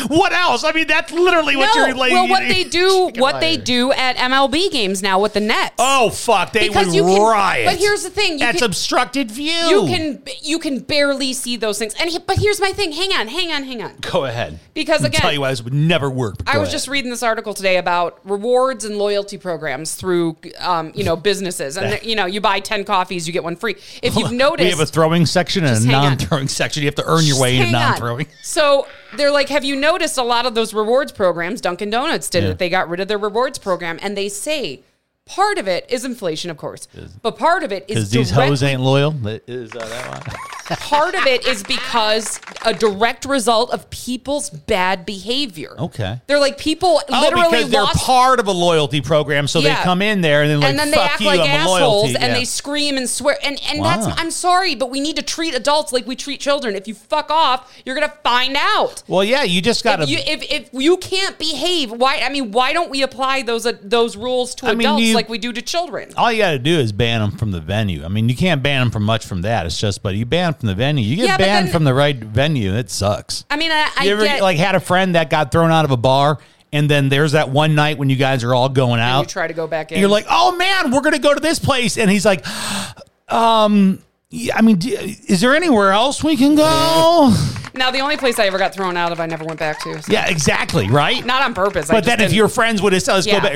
A: What else? I mean, that's literally what
B: no,
A: you're relating.
B: well, what they do, what they do at MLB games now with the Nets.
A: Oh fuck! They
B: Because
A: would
B: you can-
A: riot.
B: but here's the thing, you
A: that's
B: can-
A: obstructed view.
B: you can you can barely see those things. And he, but here's my thing. Hang on, hang on, hang on.
A: go ahead
B: Because
A: I'll
B: again-
A: tell you why this would never work. but
B: I
A: go
B: was
A: ahead.
B: just reading this article today about rewards and loyalty programs through, um, you know, businesses, and you know, you buy ten coffees, you get one free. If you've noticed,
A: we have a throwing section and a
B: Just hang on.
A: non-throwing section. You have to earn your way
B: Just
A: into
B: hang on.
A: non-throwing. [laughs]
B: So they're like, have you noticed a lot of those rewards programs? Dunkin' Donuts did
A: Yeah.
B: it. They got rid of their rewards program, and they say part of it is inflation, of course, but part of it
A: Because
B: is
A: these
B: direct-
A: hoes ain't loyal. That Is uh, that one?
B: part of it is because a direct result of people's bad behavior.
A: Okay.
B: they're like people
A: Oh,
B: [laughs] literally
A: because they're
B: lost.
A: part of a loyalty program, so
B: Yeah.
A: they come in there and then like
B: and then they
A: fuck
B: act
A: you,
B: like
A: I'm a
B: assholes
A: loyalty.
B: and
A: yeah.
B: they scream and swear and and
A: Wow.
B: that's I'm sorry but we need to treat adults like we treat children if you fuck off you're going to find out
A: well, yeah, you just got to.
B: if you, if, if you can't behave, why? I mean, why don't we apply those uh, those rules to
A: I mean,
B: adults
A: you- Oh.
B: like we do to children?
A: all you got to do is ban them from the venue. I mean, you can't ban them from much from that. It's just, but you ban 'em from the venue, you get
B: Yeah, but
A: banned
B: then-
A: from the right venue. It sucks.
B: I mean, I, I
A: you ever
B: get
A: like had a friend that got thrown out of a bar and then there's that one night when you guys are all going out
B: you try to go back
A: and you're
B: in.
A: like oh man we're gonna go to this place and he's like um yeah, i mean do- is there anywhere else we can
B: [laughs]
A: go
B: now the only place I ever got thrown out of, I never went back to. So-
A: yeah exactly right
B: Not on purpose. I
A: but
B: just
A: then if
B: didn't.
A: your friends would have said let's
B: Yeah.
A: go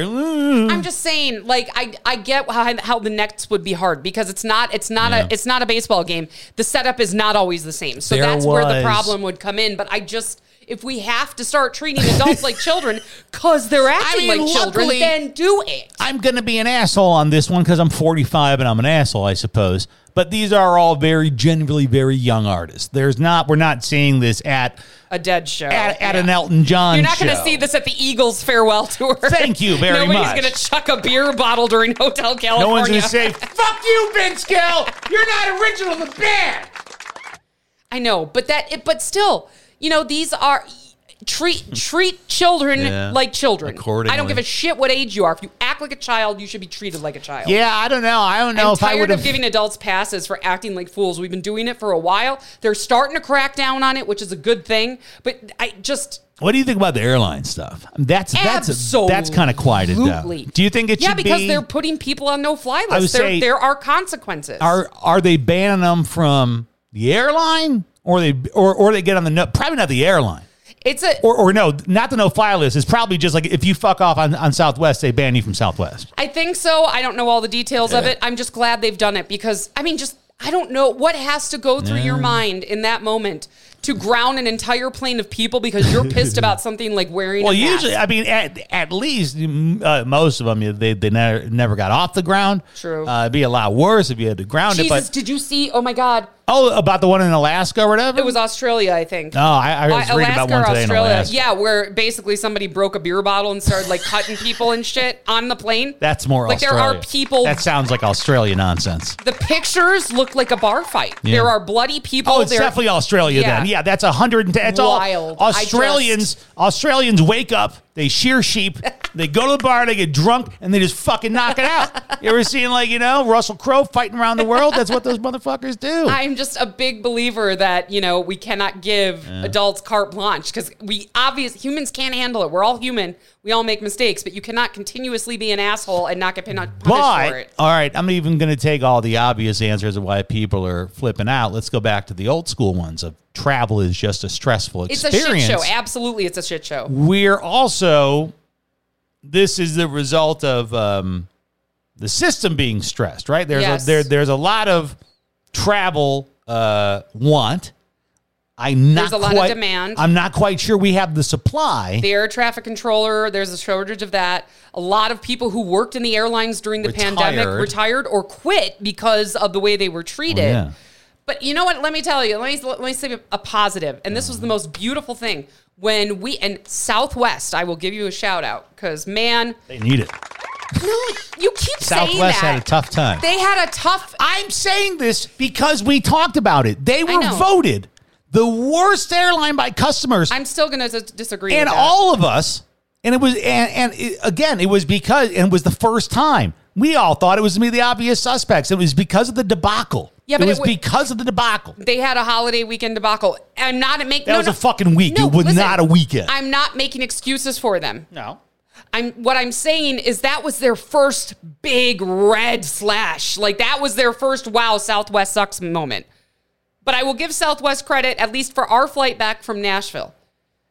A: back
B: I'm just saying, like I, I get how, how the Nets would be hard because it's not it's not
A: Yeah.
B: a it's not a baseball game. The setup is not always the same, so
A: There
B: that's where the
A: was-
B: problem would come in. But I just if we have to start treating adults like children because they're acting
A: mean,
B: like children,
A: luckily-
B: then do it.
A: I'm going to be an asshole on this one because I'm 45 and I'm an asshole, I suppose. But these are all very, generally very young artists. There's not, we're not seeing this at
B: A dead show
A: at, at
B: Yeah.
A: an Elton John.
B: You're not going to
A: show.
B: see this at the Eagles farewell tour. [laughs]
A: Thank you very
B: Nobody's
A: much.
B: going to chuck a beer bottle during Hotel California.
A: No one's gonna
B: [laughs]
A: say, "Fuck you, Vince Gill. You're not original in the band."
B: I know, but that. It, but still, you know, these are treat treat children
A: Yeah,
B: like children. I don't
A: accordingly.
B: give a shit what age you are. If you act like a child, you should be treated like a child.
A: Yeah, I don't know. I don't know
B: I'm
A: if I would
B: tired of
A: have.
B: giving adults passes for acting like fools. We've been doing it for a while. They're starting to crack down on it, which is a good thing. But I just
A: what do you think about the airline stuff? I mean, That's
B: Absolutely.
A: that's that's kind of quieted down. Do you think it
B: yeah,
A: should
B: because
A: be?
B: they're putting people on no-fly
A: I would
B: lists. There,
A: say-
B: there are consequences.
A: are are they banning them from the airline, or they or or they get on the no, probably not the airline.
B: it's a.
A: Or, or no, not the no fly list. It's probably just like if you fuck off on, on Southwest, they ban you from Southwest.
B: I think so. I don't know all the details of
A: Yeah.
B: it. I'm just glad they've done it because I mean, just I don't know what has to go through your mind in that moment to ground an entire plane of people because you're
A: [laughs]
B: pissed about something like wearing.
A: Well,
B: a mask.
A: usually, I mean, at, at least mm, uh, most of them, they, they never, never got off the ground.
B: True.
A: Uh, it'd be a lot worse if you had to ground
B: Jesus,
A: it. But
B: did you see? Oh my God,
A: oh, about the one in Alaska or whatever.
B: it was Australia, I think.
A: Oh, I, I was
B: Uh,
A: reading about one today in Alaska.
B: Yeah, where basically somebody broke a beer bottle and started like cutting people and shit on the plane.
A: That's more
B: like
A: Australia.
B: there are people. Oh,
A: That sounds like Australia nonsense.
B: the pictures look like a bar fight.
A: Yeah.
B: There are bloody people.
A: Oh, it's
B: there-
A: definitely Australia
B: Yeah.
A: then. Yeah, that's a hundred and ten. It's
B: Wild.
A: all
B: I
A: Australians. Australians wake up, they shear
B: [laughs]
A: sheep, they go to the bar, they get drunk, and they just fucking knock it out. You ever seen like you know Russell Crowe fighting around the world? That's what those motherfuckers do.
B: [laughs] I'm just a big believer that you know we cannot give adults carte blanche because we obvious humans can't handle it. We're all human. We all make mistakes, but you cannot continuously be an asshole and not get pin- punished for
A: but
B: it.
A: all right, I'm even going to take all the obvious answers of why people are flipping out. Let's go back to the old school ones of travel is just a stressful
B: It's
A: experience.
B: a shit show. Absolutely, it's a shit show.
A: we're also this is the result of um, the system being stressed right there's
B: Yes.
A: a, there there's a lot of travel uh, want i'm not
B: There's a lot of
A: quite-
B: demand.
A: i'm not quite sure we have the supply
B: The air traffic controller, there's a shortage of that. A lot of people who worked in the airlines during the pandemic
A: Retired.
B: retired or quit because of the way they were treated.
A: Oh, yeah.
B: But you know what? Let me tell you. Let me let me say a positive. And this was the most beautiful thing when we and Southwest. I will give you a shout out because man,
A: they need it
B: no, you keep saying that.
A: Southwest had a tough time.
B: They had a tough.
A: i'm saying this because we talked about it they were
B: know.
A: voted the worst airline by customers
B: I'm still going to disagree.
A: and
B: with that.
A: all of us and it was and, and it- again it was because and it was the first time we all thought it was going to be the obvious suspects it was because of the debacle
B: Yeah,
A: it
B: but it
A: was
B: wa-
A: because of the debacle
B: they had a holiday weekend debacle. I'm not making
A: That was a fucking week. It was not a weekend.
B: I'm not making excuses for them.
A: no
B: I'm what I'm saying is that was their first big red slash. Like that was their first wow Southwest sucks moment. But I will give Southwest credit at least for our flight back from Nashville.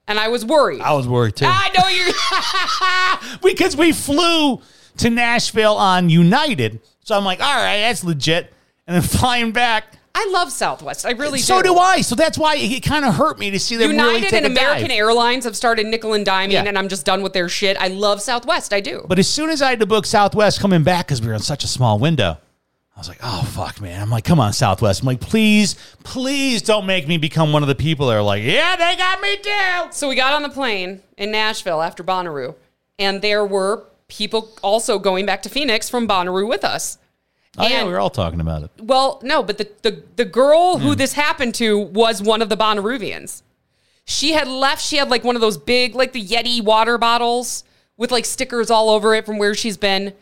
B: And I was worried.
A: i was worried too
B: I know you're
A: because we flew to nashville on united so i'm like all right that's legit and then [laughs] flying back
B: [laughs] I love Southwest. I really
A: so
B: do.
A: do i so that's why it, kind of hurt me to see them
B: United
A: really take
B: and
A: a dive.
B: American Airlines have started nickel and diming
A: Yeah.
B: and I'm just done with their shit. I love Southwest. I do.
A: But as soon as I had to book Southwest coming back because we were in such a small window, I was like, oh, fuck, man. I'm like, come on, Southwest. I'm like, please, please don't make me become one of the people that are like, yeah, they got me too. Oh,
B: So we got on the plane in Nashville after Bonnaroo, and there were people also going back to Phoenix from Bonnaroo with us.
A: Oh, yeah,
B: And-
A: we were all talking about it.
B: Well, no, but the the, the girl
A: Hmm.
B: who this happened to was one of the Bonnaruvians. She had left. She had like one of those big, like the Yeti water bottles with like stickers all over it from where she's been.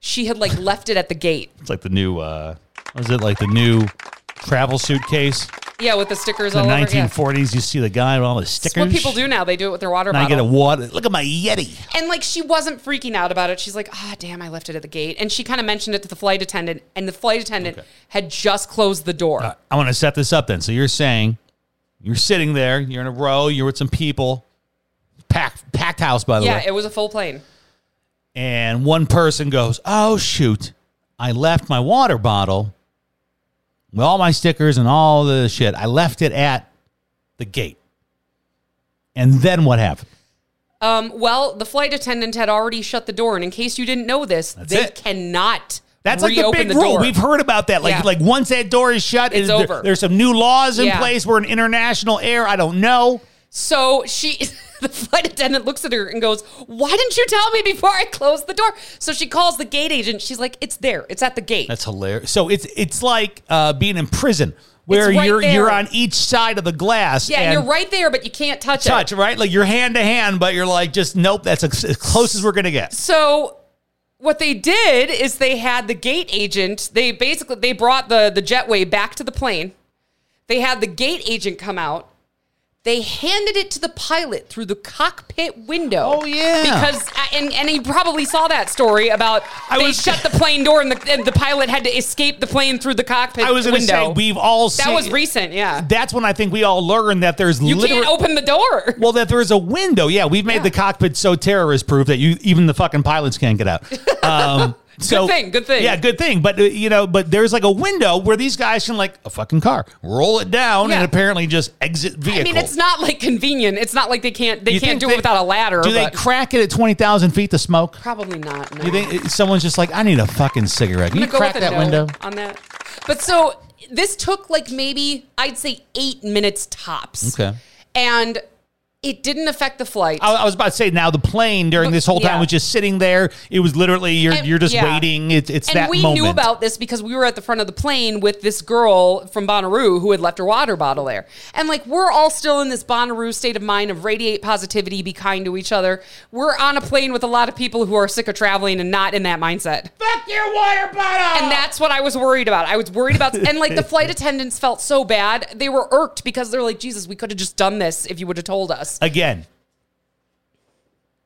B: She had like left it at the gate.
A: It's like the new, uh, what is it, like the new travel suitcase?
B: Yeah, with the stickers
A: In
B: all
A: the
B: over. Yeah.
A: 1940s, you see the guy with all the
B: It's
A: stickers.
B: what people do now. They do it with their water
A: And I
B: bottle.
A: get a water. Look at my Yeti.
B: And like she wasn't freaking out about it. She's like, ah, damn, I left it at the gate. And she kind of mentioned it to the flight attendant, and the flight attendant had just closed the door.
A: I want to set this up then. So you're saying you're sitting there, you're in a row, you're with some people, packed, packed house, by the way.
B: yeah, it was a full plane.
A: and one person goes, "Oh shoot, I left my water bottle with all my stickers and all the shit. I left it at the gate." And then what happened?
B: Um, well, the flight attendant had already shut the door, and in case you didn't know this, they
A: it.
B: cannot
A: That's like the
B: reopen
A: big
B: the
A: rule.
B: door.
A: We've heard about that. Like
B: Yeah.
A: like once that door is shut,
B: It's
A: it- there-
B: over.
A: there's some new laws in
B: Yeah.
A: place. We're in international air. I don't know.
B: So she, [laughs] the flight attendant looks at her and goes, "Why didn't you tell me before I closed the door?" So she calls the gate agent. She's like, "It's there. It's at the gate."
A: That's hilarious. So it's it's like uh, being in prison where
B: right
A: you're
B: there.
A: you're on each side of the glass.
B: yeah,
A: and
B: you're right there, but you can't touch,
A: Touch
B: it.
A: right, like you're hand to hand, but you're like just nope. That's as as close as we're gonna get.
B: So what they did is they had the gate agent. They basically they brought the the jetway back to the plane. They had the gate agent come out. They handed it to the pilot through the cockpit window.
A: Oh, yeah.
B: because uh, and and he probably saw that story about
A: I
B: they
A: was-
B: shut the plane door and the and the pilot had to escape the plane through the cockpit.
A: I was going to
B: window.
A: say we've all seen
B: that was recent. Yeah,
A: That's when I think we all learned that there's
B: you
A: literally
B: can't open the door.
A: well that there is a window. Yeah, we've made
B: Yeah. [laughs]
A: the cockpit so terrorist proof that you even the fucking pilots can't get out. Um, So,
B: thing, good thing.
A: Yeah, good thing. But uh, you know, but there's like a window where these guys can like a fucking car roll it down
B: Yeah.
A: and apparently just exit vehicle.
B: I mean, it's not like convenient. It's not like they can't they
A: You
B: can't
A: think
B: do
A: they-
B: it without a ladder.
A: Do they
B: but-
A: crack it at twenty thousand feet to smoke?
B: Probably not. No.
A: You think someone's just like, I need a fucking cigarette? Can
B: I'm
A: you
B: gonna go
A: crack
B: with a
A: that
B: no
A: window?
B: on that? But so this took like maybe I'd say eight minutes tops.
A: Okay.
B: and it didn't affect the flight.
A: I, I was about to say now the plane during this whole time
B: Yeah.
A: was just sitting there. It was literally you're
B: And-
A: you're just
B: yeah.
A: waiting. It's it's
B: and
A: that
B: we
A: moment.
B: knew about this because we were at the front of the plane with this girl from Bonnaroo who had left her water bottle there. And like we're all still in this Bonnaroo state of mind of radiate positivity, be kind to each other. We're on a plane with a lot of people who are sick of traveling and not in that mindset.
C: Fuck your water bottle!
B: And that's what I was worried about. I was
A: [laughs]
B: worried about, and like the flight attendants felt so bad. They were irked because they're like, Jesus, we could have just done this if you would have told us.
A: again.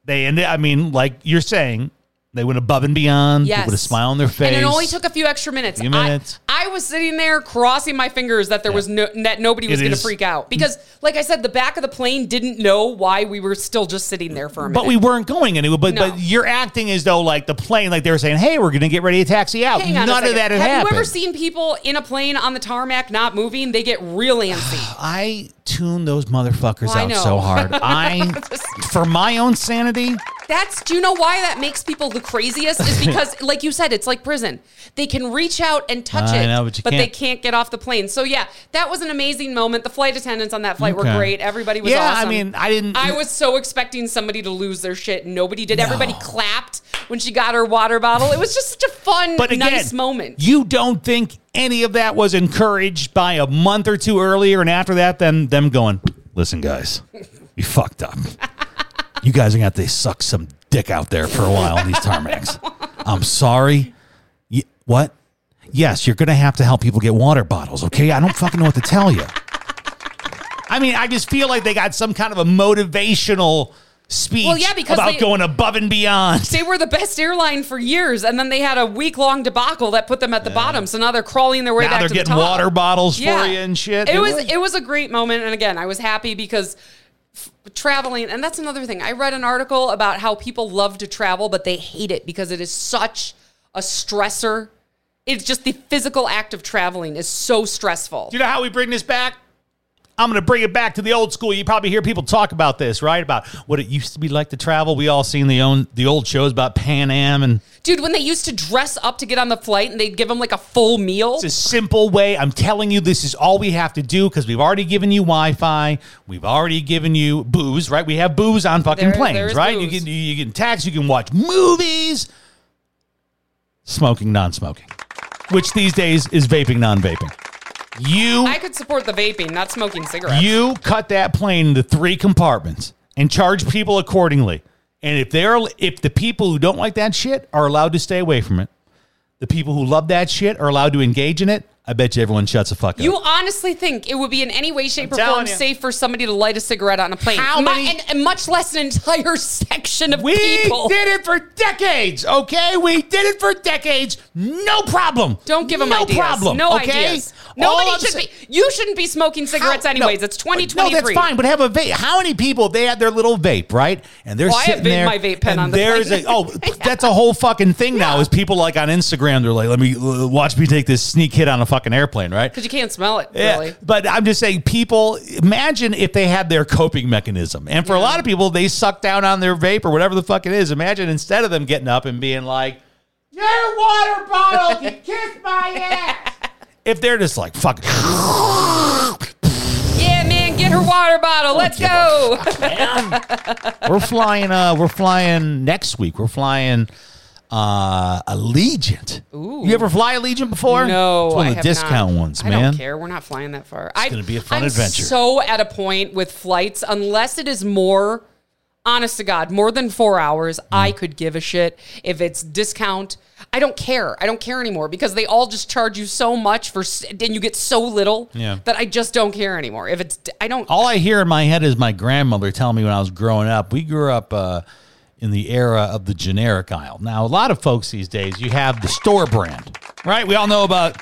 A: They ended. I mean, like you're saying, they went above and beyond.
B: Yes.
A: with a smile on their face.
B: And it only took a few extra minutes.
A: Few minutes.
B: I, I was sitting there crossing my fingers that there was no, that nobody was
A: It
B: going to
A: is-
B: freak out because, like I said, the back of the plane didn't know why we were still just sitting there for a minute.
A: But we weren't going anywhere. But
B: No.
A: but you're acting as though like the plane, like they were saying, "Hey, we're going to get ready to taxi out."
B: Hang on a
A: None of
B: second.
A: that had
B: Have
A: happened.
B: you ever seen people in a plane on the tarmac not moving? They get real antsy.
A: [sighs] I tune those motherfuckers
B: Well, I
A: out
B: know.
A: so
B: [laughs]
A: hard. I, for my own sanity,
B: That's do you know why that makes people the
A: [laughs]
B: craziest? Is because, like you said, it's like prison. They can reach out and touch
A: I
B: it,
A: know, but you
B: they
A: can't.
B: can't get off the plane. So yeah, that was an amazing moment. The flight attendants on that flight
A: Okay.
B: were great. Everybody was
A: Yeah, I
B: awesome.
A: mean, I didn't-
B: I was so expecting somebody to lose their shit. Nobody did. Everybody clapped when she got her water bottle. It was just such a fun,
A: but again,
B: nice moment.
A: You don't think any of that was encouraged by a month or two earlier, and after that, then them going, "Listen, guys, you fucked up. You guys are gonna have to suck some dick out there for a while on these tarmacs. I'm sorry. You, what? Yes, you're gonna have to help people get water bottles. Okay, I don't fucking know what to tell you. I mean, I just feel like they got some kind of a motivational speech
B: Well, yeah, because
A: about
B: they-
A: going above and beyond.
B: they were the best airline for years, and then they had a week long debacle that put them at the bottom. So now they're crawling their way
A: now
B: back
A: they're
B: to the
A: getting
B: top.
A: water bottles for you and shit.
B: It, was, it was a great moment, and again, I was happy because f- traveling, and that's another thing. I read an article about how people love to travel, but they hate it because it is such a stressor. It's just the physical act of traveling is so stressful.
A: you know how we bring this back? I'm going to bring it back to the old school. You probably hear people talk about this, right? About what it used to be like to travel. We all seen the own the old shows about Pan Am and
B: Dude, when they used to dress up to get on the flight and they'd give them like a full meal.
A: it's a simple way. I'm telling you, this is all we have to do because we've already given you Wi-Fi. We've already given you booze, right? We have booze on fucking
B: There- there
A: planes,
B: is
A: right? You
B: booze.
A: can you can tax, you can watch movies, smoking, non-smoking, which these days is vaping, non-vaping. You
B: I could support the vaping, not smoking cigarettes.
A: You cut that plane into three compartments and charge people accordingly. And if they're if the people who don't like that shit are allowed to stay away from it, the people who love that shit are allowed to engage in it. I bet you everyone shuts the fuck
B: You
A: up.
B: honestly think it would be in any way, shape, or
A: telling
B: form
A: you.
B: safe for somebody to light a cigarette on a plane?
A: How
B: Mu-
A: many-
B: and, and much less an entire [laughs] section of
A: We
B: people.
A: did it for decades, okay? We did it for decades. No problem.
B: Don't give them
A: no
B: ideas.
A: problem.
B: No
A: okay?
B: ideas.
A: All
B: Nobody
A: I'm
B: should
A: sa-
B: be. You shouldn't be smoking cigarettes,
A: How- no.
B: anyways. It's 2023.
A: No, that's fine. But have a vape. How many people they had their little vape, right? And they're
B: Oh, I have
A: sitting
B: vape-
A: there.
B: my vape pen
A: and
B: on the
A: there's
B: plane.
A: a
B: [laughs]
A: oh, that's a whole fucking thing now. Is people like on Instagram? They're like, let me uh, watch me take this sneak hit on a fucking airplane, right?
B: Because you can't smell it,
A: Yeah,
B: really.
A: but I'm just saying, people imagine if they had their coping mechanism, and for a lot of people, they suck down on their vape or whatever the fuck it is. Imagine instead of them getting up and being like,
C: Your water bottle can kiss my
B: [laughs]
C: ass!
A: if they're just like, fuck, [laughs] it,
B: Yeah, man, get her water bottle. Let's go.
A: we're flying. Uh, we're flying next week. We're flying uh, Allegiant. You ever fly Allegiant before?
B: No,
A: it's one
B: I
A: of the
B: have
A: discount
B: not.
A: ones,
B: I
A: man.
B: don't care. We're not flying that far. It's
A: gonna be a fun
B: I'm
A: adventure.
B: So at a point with flights, unless it is more, honest to God, more than four hours, I
A: Mm.
B: could give a shit if it's discount. I don't care. I don't care anymore because they all just charge you so much for, s- and you get so little
A: Yeah.
B: that I just don't care anymore. If it's, I don't.
A: All I hear in my head is my grandmother telling me when I was growing up. We grew up uh, in the era of the generic aisle. Now, a lot of folks these days, you have the store brand, right? We all know about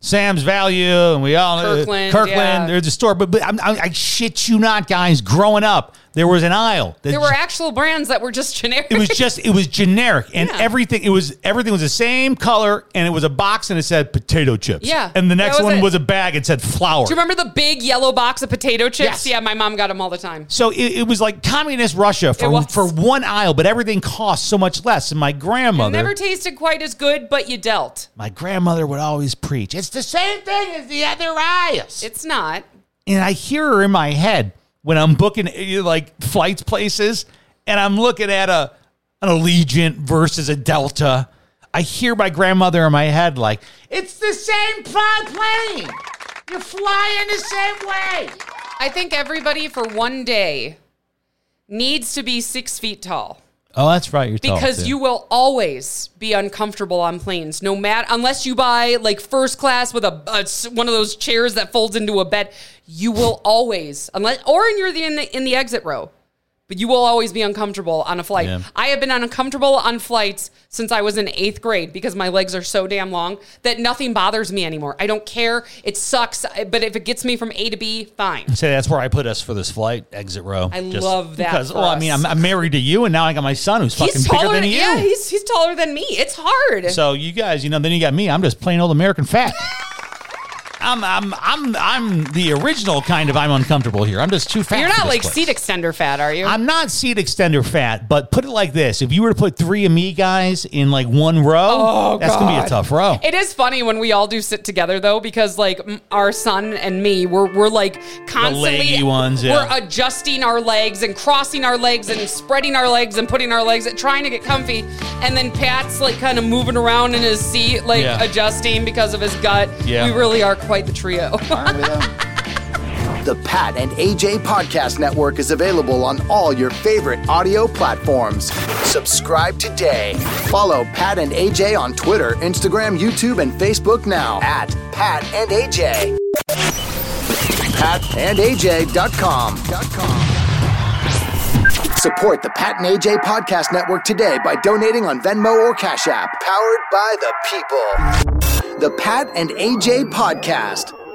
A: Sam's Value, and we all uh,
B: Kirkland,
A: Kirkland.
B: yeah.
A: There's a store, but, but I'm, I, I shit you not, guys. Growing up, there was an aisle. That
B: There were actual brands that were just [laughs] generic.
A: it was just it was generic and
B: Yeah.
A: everything it was everything was the same color and it was a box and it said potato chips
B: Yeah,
A: and the
B: that
A: next
B: was
A: one
B: it.
A: was a bag it said flour
B: Do you remember the big yellow box of potato
A: Yes.
B: chips? Yeah, my mom got them all the time.
A: so it, it was like communist russia for
B: was.
A: for one aisle but everything cost so much less and my grandmother
B: Never tasted quite as good, but you dealt.
A: my grandmother would always preach it's the same thing as the other aisles
B: It's not.
A: and i hear her in my head when i'm booking eh, like flights places and i'm looking at a an allegiant versus a delta i hear my grandmother in my head like
D: It's the same pl- plane. You're flying the same way.
B: I think everybody for one day needs to be six feet tall
A: Oh, that's right. You're tall,
B: because
A: too.
B: you will always be uncomfortable on planes, no matter unless you buy like first class with a, a s- one of those chairs that folds into a bed. You will always unless or you're the, in the in the exit row. But you will always be uncomfortable on a flight.
A: Yeah.
B: I have been uncomfortable on flights since I was in eighth grade because my legs are so damn long that nothing bothers me anymore. I don't care. It sucks, but if it gets me from A to B, fine.
A: say that's where I put us for this flight exit row.
B: I love that
A: Because,
B: for
A: well, I mean,
B: us.
A: I'm, I'm married to you, and now I got my son who's fucking bigger than you.
B: Yeah, he's he's taller than me. It's hard.
A: so you guys, you know, then you got me. I'm just plain old American
B: [laughs]
A: fat. I'm, I'm, I'm, I'm the original kind of. I'm uncomfortable here. I'm just too fat.
B: You're
A: for
B: not
A: this
B: like
A: place.
B: seat extender fat, are you?
A: I'm not seat extender fat, but put it like this: if you were to put three of me guys in like one row,
B: Oh,
A: that's gonna be a tough row.
B: it is funny when we all do sit together though, because like m- our son and me, we're we're like constantly
A: leggy ones, yeah.
B: we're adjusting our legs and crossing our legs and spreading our legs and putting our legs trying to get comfy, and then Pat's like kind of moving around in his seat, like
A: Yeah.
B: adjusting because of his gut.
A: Yeah.
B: we really are quite the trio. [laughs]
E: The Pat and AJ Podcast Network is available on all your favorite audio platforms. Subscribe today. Follow Pat and AJ on Twitter, Instagram, YouTube, and Facebook now at Pat and AJ. PatandAJ.com. Support the Pat and AJ Podcast Network today by donating on Venmo or Cash App. Powered by the people. The Pat and AJ Podcast.